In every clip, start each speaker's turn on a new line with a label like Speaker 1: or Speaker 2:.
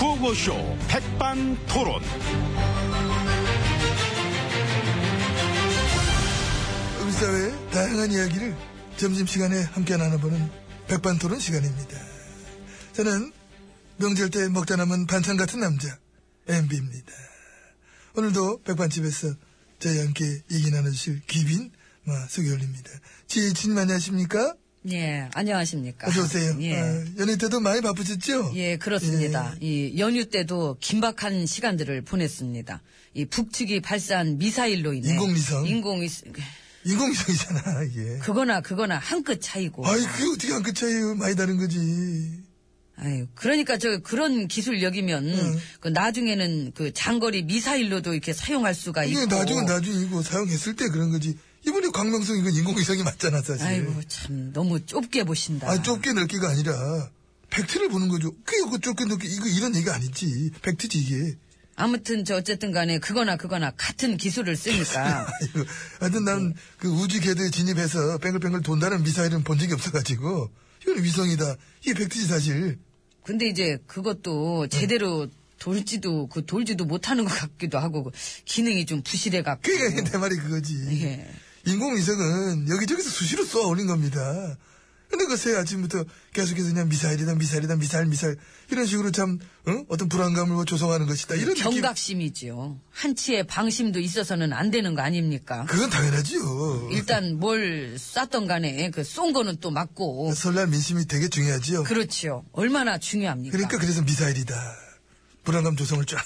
Speaker 1: 라디오쇼 백반토론.
Speaker 2: 우리 사회의 다양한 이야기를 점심시간에 함께 나눠보는 백반토론 시간입니다. 저는 명절 때 먹다 남은 반찬 같은 남자 MB입니다. 오늘도 백반집에서 저희와 함께 얘기 나눠주실 귀빈 뭐, 소개 올립니다. 지혜진님 안녕하십니까?
Speaker 3: 예, 안녕하십니까.
Speaker 2: 어서오세요. 아,
Speaker 3: 예.
Speaker 2: 연애 때도 많이 바쁘셨죠?
Speaker 3: 예, 그렇습니다. 이 연휴 때도 긴박한 시간들을 보냈습니다. 이 북측이 발사한 미사일로 인해
Speaker 2: 인공위성.
Speaker 3: 인공위
Speaker 2: 예. 인공위성이잖아, 이게.
Speaker 3: 그거나 그거나 한 끗 차이고.
Speaker 2: 아이, 그게 어떻게 한 끗 차이에요? 많이 다른 거지.
Speaker 3: 아유, 그러니까 저 그런 기술력이면
Speaker 2: 예.
Speaker 3: 그 나중에는 그 장거리 미사일로도 이렇게 사용할 수가
Speaker 2: 이게
Speaker 3: 있고.
Speaker 2: 나중은 나중이고 사용했을 때 그런 거지. 이번에 광명성 이건 인공위성이 맞잖아, 사실.
Speaker 3: 아이고 참 너무 좁게 보신다.
Speaker 2: 아, 좁게 넓게가 아니라 팩트를 보는 거죠. 그게 그 좁게 넓게 이거 이런 얘기가 아니지. 팩트지 이게.
Speaker 3: 아무튼 저 어쨌든 간에 그거나 그거나 같은 기술을 쓰니까
Speaker 2: 아이고, 하여튼
Speaker 3: 네.
Speaker 2: 난 그 우주 궤도에 진입해서 뱅글뱅글 돈다는 미사일은 본 적이 없어가지고 이건 위성이다. 이게 팩트지 사실.
Speaker 3: 근데 이제 그것도
Speaker 2: 네.
Speaker 3: 제대로 돌지도 그 돌지도 못하는 것 같기도 하고 그 기능이 좀 부실해 갖고
Speaker 2: 그러니까 이게 내 말이 그거지.
Speaker 3: 예.
Speaker 2: 인공위성은 여기저기서 수시로 쏘아 올린 겁니다. 근데 글쎄 아침부터 계속해서 그냥 미사일이다 미사일이다 미사일 미사일 이런 식으로 참 어? 어떤 불안감을 조성하는 것이다 이런 느낌.
Speaker 3: 경각심이지요. 한치의 방심도 있어서는 안 되는 거 아닙니까?
Speaker 2: 그건 당연하지요.
Speaker 3: 일단 뭘 쐈던 간에 그 쏜 거는 또 맞고
Speaker 2: 설날 민심이 되게 중요하지요.
Speaker 3: 그러니까. 그렇지요. 얼마나 중요합니까?
Speaker 2: 그러니까 그래서 미사일이다. 불안감 조성을 쫙.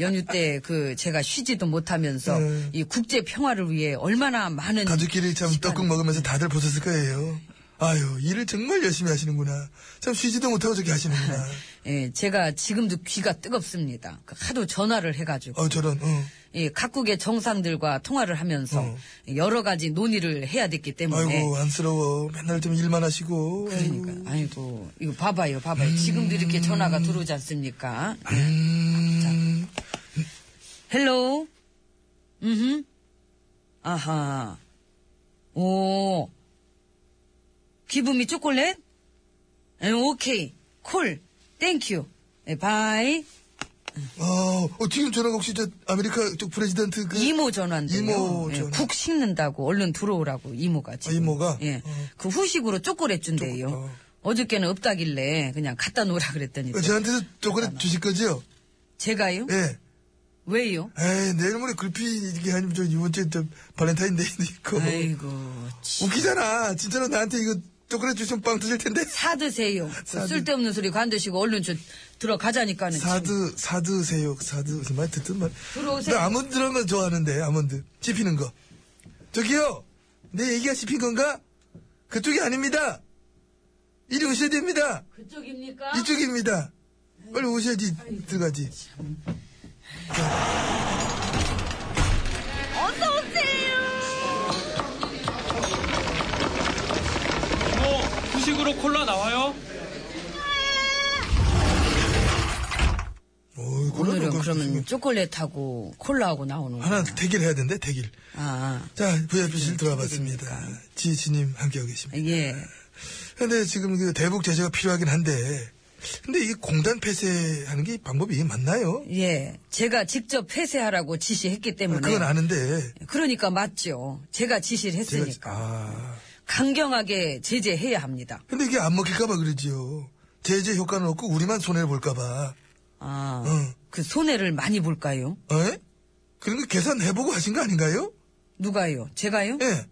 Speaker 3: 연휴 때 그 제가 쉬지도 못하면서
Speaker 2: 예.
Speaker 3: 이 국제 평화를 위해 얼마나 많은
Speaker 2: 가족끼리 참 떡국 먹으면서 다들 보셨을 거예요. 아유, 일을 정말 열심히 하시는구나. 참 쉬지도 못하고 저렇게 하시는구나.
Speaker 3: 예, 제가 지금도 귀가 뜨겁습니다. 그 하도 전화를 해가지고
Speaker 2: 어, 저런, 어.
Speaker 3: 이 각국의 정상들과 통화를 하면서
Speaker 2: 어.
Speaker 3: 여러 가지 논의를 해야 됐기 때문에
Speaker 2: 아이고, 안쓰러워. 맨날 좀 일만 하시고. 아이고.
Speaker 3: 네. 그러니까 아이고 이거 봐봐요 봐봐요 지금도 이렇게 전화가 들어오지 않습니까?
Speaker 2: 음,
Speaker 3: 헬로 음 아하 오 기분이 초콜릿 에, 오케이 콜 땡큐 에, 바이
Speaker 2: 어, 어, 지금 전화가 혹시 저 아메리카 쪽 프레지던트 그.
Speaker 3: 이모 전화인데요.
Speaker 2: 이모 전화.
Speaker 3: 예, 국 식는다고 얼른 들어오라고 이모가 지금.
Speaker 2: 아, 이모가?
Speaker 3: 예.
Speaker 2: 어.
Speaker 3: 그 후식으로 초콜릿 준대요.
Speaker 2: 초콜릿, 어.
Speaker 3: 어저께는 없다길래 그냥 갖다 놓으라 그랬더니
Speaker 2: 어, 저한테도 초콜릿 주실 거죠?
Speaker 3: 제가요?
Speaker 2: 예.
Speaker 3: 왜요?
Speaker 2: 에이, 내일 모레 글피 이게 아니면 저 이번 주에 저 발렌타인데이도 있고.
Speaker 3: 아이고 치.
Speaker 2: 웃기잖아. 진짜로 나한테 이거 초콜릿 주시면 빵 터질 텐데.
Speaker 3: 사드세요. 그
Speaker 2: 사드.
Speaker 3: 쓸데없는 소리 관두시고 얼른 저 들어가자니까는 참.
Speaker 2: 사드, 사드세요. 사드, 무슨 말 듣든 말.
Speaker 3: 들어오세요.
Speaker 2: 나 아몬드 이런 거 좋아하는데, 아몬드. 씹히는 거. 저기요! 내 얘기가 씹힌 건가? 그쪽이 아닙니다! 이리 오셔야 됩니다!
Speaker 3: 그쪽입니까?
Speaker 2: 이쪽입니다! 빨리 오셔야지, 들어가지.
Speaker 4: 어, 후식으로 콜라 나와요?
Speaker 2: 어이, 곤란해,
Speaker 3: 오늘은
Speaker 2: 그거
Speaker 3: 그러면
Speaker 2: 지금.
Speaker 3: 콜릿하고 콜라하고 나오는 거.
Speaker 2: 하나 대결해야 된대, 대결.
Speaker 3: 아,
Speaker 2: 자, VIP실 들어와
Speaker 3: 네,
Speaker 2: 봤습니다. 지혜진님 함께하고 계십니다.
Speaker 3: 예.
Speaker 2: 근데 지금 그 대북 제재가 필요하긴 한데, 근데 이 공단 폐쇄하는 게 방법이 이게 맞나요?
Speaker 3: 예. 제가 직접 폐쇄하라고 지시했기 때문에.
Speaker 2: 그건 아는데,
Speaker 3: 그러니까 맞죠. 제가 지시를
Speaker 2: 제가
Speaker 3: 했으니까.
Speaker 2: 아
Speaker 3: 강경하게 제재해야 합니다.
Speaker 2: 근데 이게 안 먹힐까봐 그러지요. 제재 효과는 없고 우리만 손해를 볼까봐. 어,
Speaker 3: 아,
Speaker 2: 응.
Speaker 3: 그 손해를 많이 볼까요?
Speaker 2: 에? 어, 예? 그런 거 계산해보고 하신 거 아닌가요?
Speaker 3: 누가요? 제가요?
Speaker 2: 예.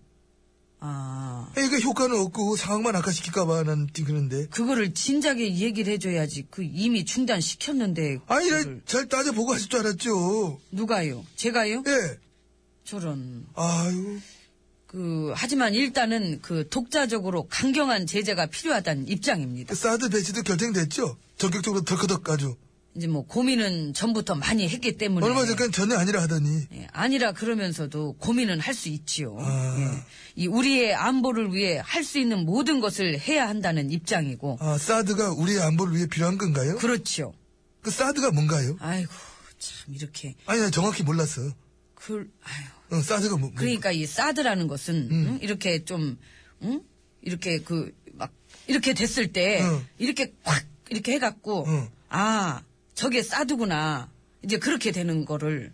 Speaker 3: 아,
Speaker 2: 이거 효과는 없고 상황만 악화시킬까봐 난 지금 그런데.
Speaker 3: 그거를 진작에 얘기를 해줘야지. 그 이미 중단시켰는데.
Speaker 2: 아니,
Speaker 3: 그걸-
Speaker 2: 나잘 따져보고 하실 줄 알았죠.
Speaker 3: 누가요? 제가요?
Speaker 2: 예.
Speaker 3: 저런.
Speaker 2: 아유.
Speaker 3: 그, 하지만 일단은 그 독자적으로 강경한 제재가 필요하다는 입장입니다.
Speaker 2: 그 사드 배치도 결정됐죠? 적극적으로 덜커덕 아주.
Speaker 3: 이제 뭐 고민은 전부터 많이 했기 때문에.
Speaker 2: 얼마 전까지 전혀 아니라 하더니.
Speaker 3: 예, 아니라 그러면서도 고민은 할 수 있지요.
Speaker 2: 아.
Speaker 3: 예, 이 우리의 안보를 위해 할 수 있는 모든 것을 해야 한다는 입장이고
Speaker 2: 아, 사드가 우리의 안보를 위해 필요한 건가요? 그,
Speaker 3: 그렇지요.
Speaker 2: 사드가 뭔가요?
Speaker 3: 그렇죠. 아이고 참 이렇게
Speaker 2: 아니, 나 정확히 몰랐어.
Speaker 3: 그 아유
Speaker 2: 어, 사드가 음. 뭐. 뭐.
Speaker 3: 그러니까 이 사드라는 것은 응? 이렇게 좀 응? 이렇게 그 막 이렇게 됐을 때
Speaker 2: 응. 음.
Speaker 3: 이렇게 확 이렇게 해갖고
Speaker 2: 응.
Speaker 3: 아 저게 싸두구나. 이제 그렇게 되는 거를.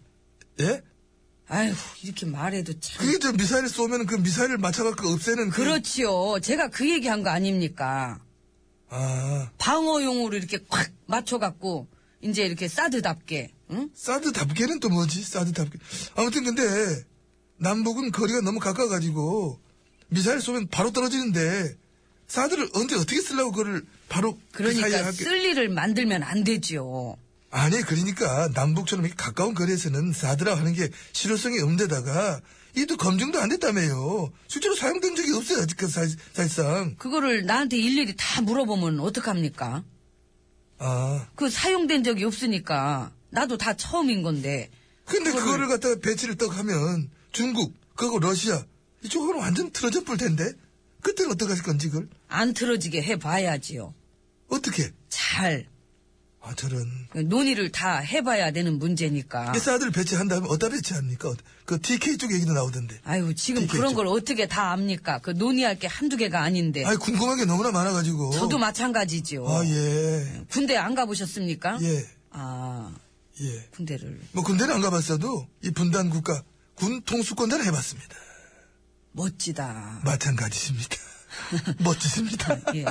Speaker 2: 예?
Speaker 3: 아휴, 이렇게 말해도 참.
Speaker 2: 그게 저 미사일 쏘면 그 미사일을 맞춰갖고 없애는 그-
Speaker 3: 그렇지요. 제가 그 얘기 한 거 아닙니까?
Speaker 2: 아,
Speaker 3: 방어용으로 이렇게 콱 맞춰갖고, 이제 이렇게 싸드답게, 응?
Speaker 2: 사드답게는 또 뭐지? 사드답게. 아무튼 근데 남북은 거리가 너무 가까워가지고 미사일 쏘면 바로 떨어지는데 사드를 언제 어떻게 쓰려고 그걸 바로 그 사이에
Speaker 3: 그러니까
Speaker 2: 할게.
Speaker 3: 쓸 일을 만들면 안 되지요.
Speaker 2: 아니 그러니까 남북처럼 이렇게 가까운 거리에서는 사드라 하는 게 실효성이 없는데다가 이도 검증도 안 됐다며요. 실제로 사용된 적이 없어요 아직까지 사- 사실상.
Speaker 3: 그거를 나한테 일일이 다 물어보면 어떡합니까?
Speaker 2: 아
Speaker 3: 그 사용된 적이 없으니까, 나도 다 처음인 건데.
Speaker 2: 근데 그거를 갖다가 배치를 떡 하면 중국 그거 러시아 이쪽으로 완전 틀어져 볼 텐데 그때는 어떻게 하실 건지 그걸
Speaker 3: 안 틀어지게 해봐야지요.
Speaker 2: 어떻게?
Speaker 3: 잘.
Speaker 2: 아 저런.
Speaker 3: 그 논의를 다 해봐야 되는 문제니까.
Speaker 2: 이 사드를 배치한 다음에 어디다 배치합니까? 그 TK 쪽 얘기도 나오던데.
Speaker 3: 아유, 지금
Speaker 2: 이게
Speaker 3: 그런
Speaker 2: 좀-
Speaker 3: 걸 어떻게 다 압니까? 그 논의할 게 한두 개가 아닌데.
Speaker 2: 아니 궁금한 게 너무나 많아가지고.
Speaker 3: 예. 저도 마찬가지지요.
Speaker 2: 아 예.
Speaker 3: 군대 안 가보셨습니까?
Speaker 2: 예.
Speaker 3: 아,
Speaker 2: 예.
Speaker 3: 군대를.
Speaker 2: 뭐 군대는 안 가봤어도 이 분단 국가 군 통수권자는 해봤습니다.
Speaker 3: 멋지다.
Speaker 2: 마찬가지십니다. 멋지십니다.
Speaker 3: 예.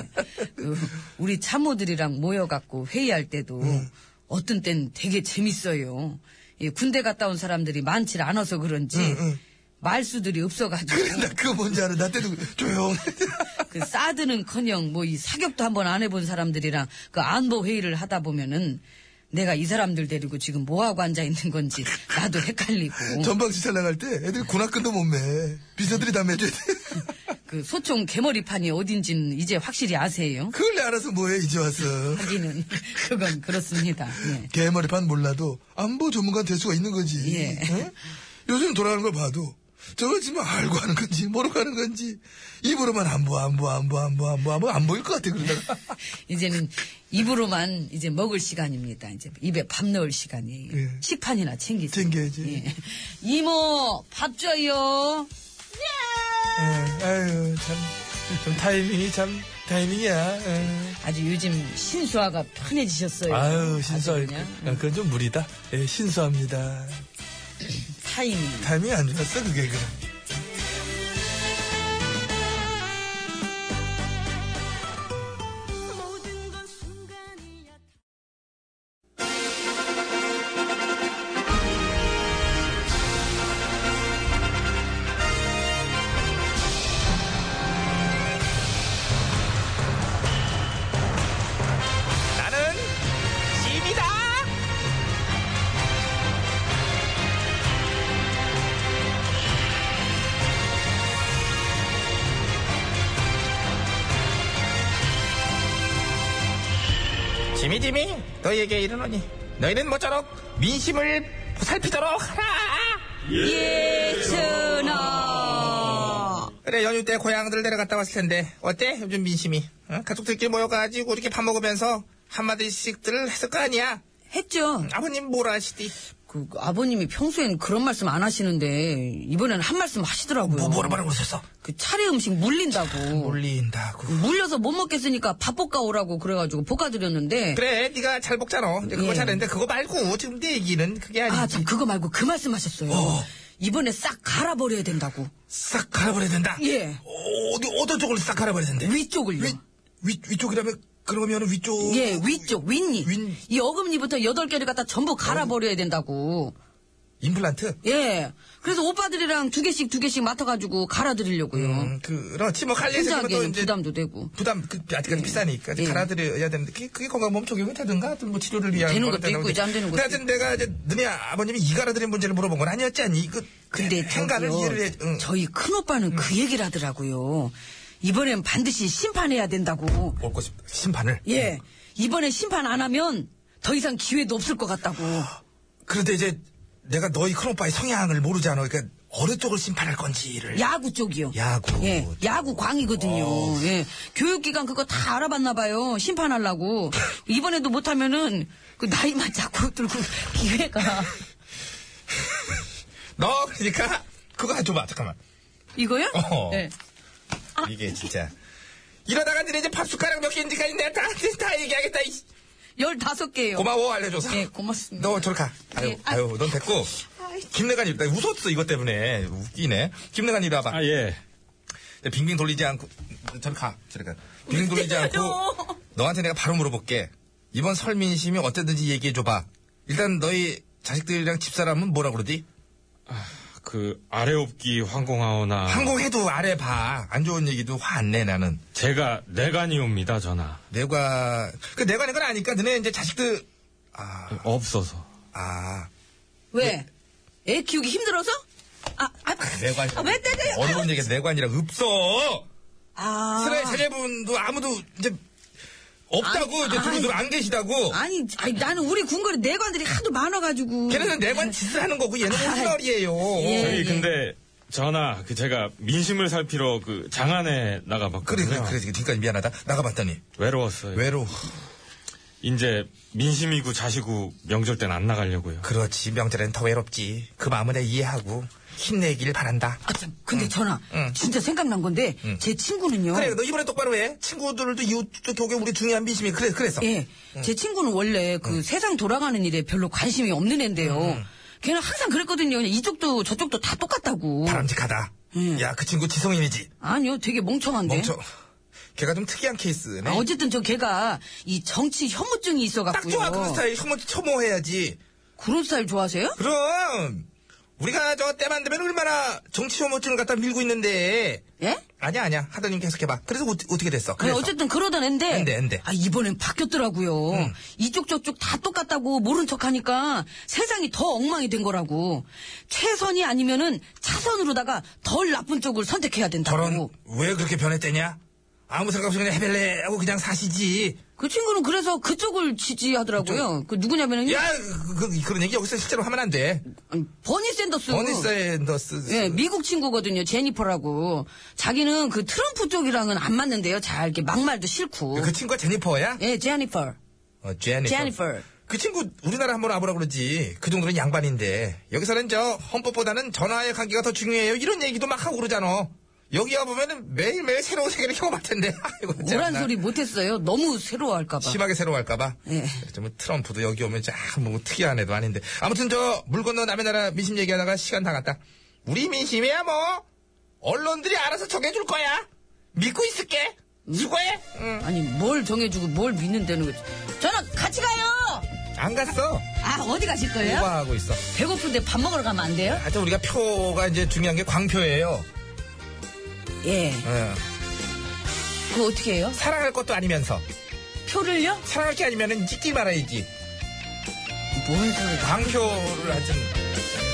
Speaker 3: 그 우리 참모들이랑 모여갖고 회의할 때도
Speaker 2: 네.
Speaker 3: 어떤 땐 되게 재밌어요. 예, 군대 갔다 온 사람들이 많지 않아서 그런지
Speaker 2: 응, 응.
Speaker 3: 말수들이 없어가지고
Speaker 2: 그래 나 그거 뭔지 알아. 나 때도 조용.
Speaker 3: 그 싸드는커녕 뭐 이 사격도 한번 안 해본 사람들이랑 그 안보 회의를 하다 보면은 내가 이 사람들 데리고 지금 뭐 하고 앉아 있는 건지 나도 헷갈리고
Speaker 2: 전방지 잘 나갈 때 애들이 군악근도 못 매. 비서들이 다 매줘야 돼.
Speaker 3: 그 소총 개머리판이 어딘지는 이제 확실히 아세요?
Speaker 2: 그걸 내 알아서 뭐해 이제 와서.
Speaker 3: 하기는 그건 그렇습니다. 예.
Speaker 2: 개머리판 몰라도 안보 전문가 될 수가 있는 거지.
Speaker 3: 예.
Speaker 2: 응? 요즘 돌아가는 걸 봐도 저거 지금 알고 하는 건지 모르고 하는 건지 입으로만 안보 안보 안보 안보 안보 안보 안 보일 것 같아 그러다가.
Speaker 3: 이제는 입으로만 이제 먹을 시간입니다. 이제 입에 밥 넣을 시간이에요.
Speaker 2: 예.
Speaker 3: 식판이나 챙기세요.
Speaker 2: 챙겨야지.
Speaker 3: 예. 이모 밥 줘요.
Speaker 2: 예, 아유 참, 참 타이밍이 참 타이밍이야. 예.
Speaker 3: 아주 요즘 신수아가 편해지셨어요.
Speaker 2: 아유
Speaker 3: 아주
Speaker 2: 신수하
Speaker 3: 그냥
Speaker 2: 그건 좀 무리다. 예, 신수합니다.
Speaker 3: 타이밍.
Speaker 2: 타이밍이 안 좋았어 그게 그럼.
Speaker 5: 모든 건 순간이야.
Speaker 1: 나는 집이다.
Speaker 6: 지미 지미 너희에게 이르노니 너희는 모쪼록 민심을 보살피도록 하라
Speaker 3: 예천아.
Speaker 6: 그래 연휴 때 고향들 내려갔다 왔을 텐데 어때 요즘 민심이 어? 가족들끼리 모여가지고 이렇게 밥 먹으면서 한마디씩들 했을 거 아니야
Speaker 3: 했죠.
Speaker 6: 아버님 뭐라 하시디
Speaker 3: 그 아버님이 평소엔 그런 말씀 안 하시는데 이번엔 한 말씀 하시더라고요.
Speaker 6: 뭐 뭐라 뭐라 그러셨어
Speaker 3: 그 차례 음식 물린다고.
Speaker 6: 올린다고
Speaker 3: 물려서 못 먹겠으니까 밥 볶아 오라고 그래가지고 볶아드렸는데.
Speaker 6: 그래 네가 잘 먹잖아 이제 그거
Speaker 3: 예.
Speaker 6: 잘했는데 그거 말고 지금 네 얘기는 그게 아니지
Speaker 3: 아, 참, 그거 말고 그 말씀 하셨어요. 이번에 싹 갈아버려야 된다고.
Speaker 6: 싹 갈아버려야 된다
Speaker 3: 예.
Speaker 6: 어, 어디 어떤 쪽을 싹 갈아버려야 된대
Speaker 3: 위쪽을요.
Speaker 6: 위, 위쪽이라면 그러면 위쪽
Speaker 3: 예, 위쪽, 윗니.
Speaker 6: 윗-
Speaker 3: 이 어금니부터 여덟 개를 갖다 전부 갈아버려야 된다고.
Speaker 6: 임플란트
Speaker 3: 예. 그래서 오빠들이랑 두 개씩 두 개씩 맡아가지고 갈아드리려고요.
Speaker 6: 음, 그렇지 뭐 관리해서 그러면
Speaker 3: 신기하게
Speaker 6: 또
Speaker 3: 좀
Speaker 6: 이제
Speaker 3: 부담도 되고.
Speaker 6: 부담 그 아직까지 비싸니까 이제
Speaker 3: 예.
Speaker 6: 갈아드려야 되는데 그게, 그게 건강보험 적용이 되든가 어떤 뭐 치료를 위한
Speaker 3: 되는
Speaker 6: 거라든가
Speaker 3: 것도 있고
Speaker 6: 그러지.
Speaker 3: 이제 안 되는 것도
Speaker 6: 근데 하여튼 내가 이제 너네 아버님이 이 갈아드린 문제를 물어본 건 아니었지 않니 그
Speaker 3: 근데
Speaker 6: 행간을
Speaker 3: 저기요,
Speaker 6: 이해를 해 응.
Speaker 3: 저희 큰오빠는 그 얘기를 하더라고요. 이번엔 반드시 심판해야 된다고.
Speaker 6: 올 것입니다 심판을
Speaker 3: 예. 이번에 심판 안 하면 더 이상 기회도 없을 것 같다고.
Speaker 6: 그런데 이제 내가 너희 큰오빠의 성향을 모르잖아 그러니까 어느 쪽을 심판할 건지를
Speaker 3: 야구 쪽이요.
Speaker 6: 야구. 어.
Speaker 3: 예, 야구 광이거든요. 예. 교육기관 그거 다 알아봤나 봐요. 심판하려고. 이번에도 못하면은 그 나이만 자꾸 들고 기회가.
Speaker 6: 너 그러니까 그거 줘봐 잠깐만
Speaker 3: 이거요?
Speaker 6: 어허.
Speaker 3: 예.
Speaker 6: 이게 진짜 이러다가 너네 이제 밥 숟가락 몇 개인지까지 내가 다, 다 얘기하겠다 이
Speaker 3: 15개요.
Speaker 6: 고마워 알려줘서.
Speaker 3: 네, 고맙습니다.
Speaker 6: 너 저리 가. 아유,
Speaker 3: 예.
Speaker 6: 아유, 넌 됐고. 김내관님, 나 웃었어 이것 때문에 웃기네. 김내관님 이리 와봐.
Speaker 4: 아, 예.
Speaker 6: 네, 빙빙 돌리지 않고 저리 가. 저리 가. 빙빙 돌리지 않고 너한테 내가 바로 물어볼게. 이번 설 민심이 어땠는지 얘기해줘봐. 일단 너희 자식들이랑 집사람은 뭐라 그러지?
Speaker 4: 그, 아래옵기 황공하오나.
Speaker 6: 항공해도 아래 봐. 안 좋은 얘기도 화 안 내 나는.
Speaker 4: 제가 내간이옵니다, 전하.
Speaker 6: 내가 그 내가 낸건 아니까 너네 이제 자식들 아 아
Speaker 4: 없어서.
Speaker 3: 왜? 애 키우기 힘들어서? 아, 아,
Speaker 6: 내관
Speaker 3: 아, 왜 때려요?
Speaker 6: 어려운 얘기 내관이라 없어.
Speaker 3: 아.
Speaker 6: 슬라이 세례분도 아무도 이제 없다고
Speaker 3: 아니,
Speaker 6: 이제 두
Speaker 3: 아니.
Speaker 6: 분도 안 계시다고.
Speaker 3: 아니, 아니, 나는 우리 궁궐에 내관들이 하도 많아가지고.
Speaker 6: 걔네는 내관 짓을 하는 거고 얘는
Speaker 3: 아,
Speaker 6: 호날이에요.
Speaker 3: 예.
Speaker 4: 저희 근데 전하 그 제가 민심을 살피러 그 장안에
Speaker 6: 그래
Speaker 4: 나가봤거든요.
Speaker 6: 그래 그래 지금까지 미안하다 나가봤더니
Speaker 4: 네. 외로웠어요.
Speaker 6: 외로워.
Speaker 4: 이제 민심이고 자시고 명절 땐 안 나가려고요.
Speaker 6: 그렇지 명절엔 더 외롭지. 그 마음은 내가 이해하고 힘내길 바란다.
Speaker 3: 아, 참. 근데 전화,
Speaker 6: 응.
Speaker 3: 진짜 생각난 건데, 제 친구는요.
Speaker 6: 그래 너 이번에 똑바로 해. 친구들도 이웃도 교계 우리 중요한 민심이 그래 그래서.
Speaker 3: 예.
Speaker 6: 음.
Speaker 3: 제 친구는 원래 그 세상 돌아가는 일에 별로 관심이 없는 애인데요.
Speaker 6: 음.
Speaker 3: 걔는 항상 그랬거든요. 그냥 이쪽도 저쪽도 다 똑같다고.
Speaker 6: 바람직하다.
Speaker 3: 음. 네.
Speaker 6: 야, 그 친구 지성인이지?
Speaker 3: 아니요, 되게 멍청한데.
Speaker 6: 멈춰. 걔가 좀 특이한 케이스네.
Speaker 3: 아, 어쨌든 저 걔가 이 정치 혐오증이
Speaker 6: 딱
Speaker 3: 있어갖고요.
Speaker 6: 좋아, 그런 스타일. 혐오, 혐오해야지.
Speaker 3: 그런 스타일 좋아하세요?
Speaker 6: 그럼! 우리가 저 때만 되면 얼마나 정치 혐오증을 갖다 밀고 있는데.
Speaker 3: 예?
Speaker 6: 아니야, 아니야. 하더님 계속해봐. 그래서 어, 떻게 됐어?
Speaker 3: 아니,
Speaker 6: 그래서.
Speaker 3: 어쨌든 그러던 앤데.
Speaker 6: 앤데, 앤데. 음.
Speaker 3: 아, 이번엔 바뀌었더라고요. 이쪽 저쪽 다 똑같다고 모른 척 하니까 세상이 더 엉망이 된 거라고. 최선이 아니면은 차선으로다가 덜 나쁜 쪽을 선택해야 된다고.
Speaker 6: 저런, 왜 그렇게 변했대냐? 아무 생각 없이 그냥 해벨레 하고 그냥 사시지.
Speaker 3: 그 친구는 그래서 그쪽을 지지하더라고요. 그 누구냐면은
Speaker 6: 야, 그, 그, 런 얘기 여기서 실제로 하면 안 돼.
Speaker 3: 아니, 버니 샌더스.
Speaker 6: 버니 샌더스.
Speaker 3: 뭐? 예, 미국 친구거든요. 제니퍼라고. 자기는 그 트럼프 쪽이랑은 안 맞는데요. 잘 이렇게 막말도 싫고.
Speaker 6: 그 친구가 제니퍼야?
Speaker 3: 예, 제니퍼.
Speaker 6: 어, 제니퍼.
Speaker 3: 뭐? 제니퍼.
Speaker 6: 그 친구 우리나라 한번 와보라 그러지. 그 정도는 양반인데 여기서는 저 헌법보다는 전화의 관계가 더 중요해요. 이런 얘기도 막 하고 그러잖아. 여기 와보면은 매일매일 새로운 세계를 경험할 텐데. 아이고,
Speaker 3: 오란
Speaker 6: 참나.
Speaker 3: 소리 못했어요. 너무 새로워할까봐.
Speaker 6: 심하게 새로워할까봐.
Speaker 3: 예.
Speaker 6: 좀 트럼프도 여기 오면 참뭐 특이한 애도 아닌데. 아무튼 저 물 건너 남의 나라 민심 얘기하다가 시간 다 갔다. 우리 민심이야 뭐 언론들이 알아서 정해줄 거야. 믿고 있을게. 수고해. 응.
Speaker 3: 아니, 뭘 정해주고 뭘 믿는다는 거지. 저는 같이 가요!
Speaker 6: 안 갔어.
Speaker 3: 아, 어디 가실 거예요?
Speaker 6: 오바하고 있어.
Speaker 3: 배고픈데 밥 먹으러 가면 안 돼요?
Speaker 6: 하여튼 우리가 표가 이제 중요한 게 광표예요.
Speaker 3: 예.
Speaker 6: 예.
Speaker 3: 그거 어떻게 해요?
Speaker 6: 사랑할 것도 아니면서
Speaker 3: 표를요?
Speaker 6: 사랑할 게 아니면은 찍지 말아야지
Speaker 3: 뭘 소리.
Speaker 6: 강표를 하든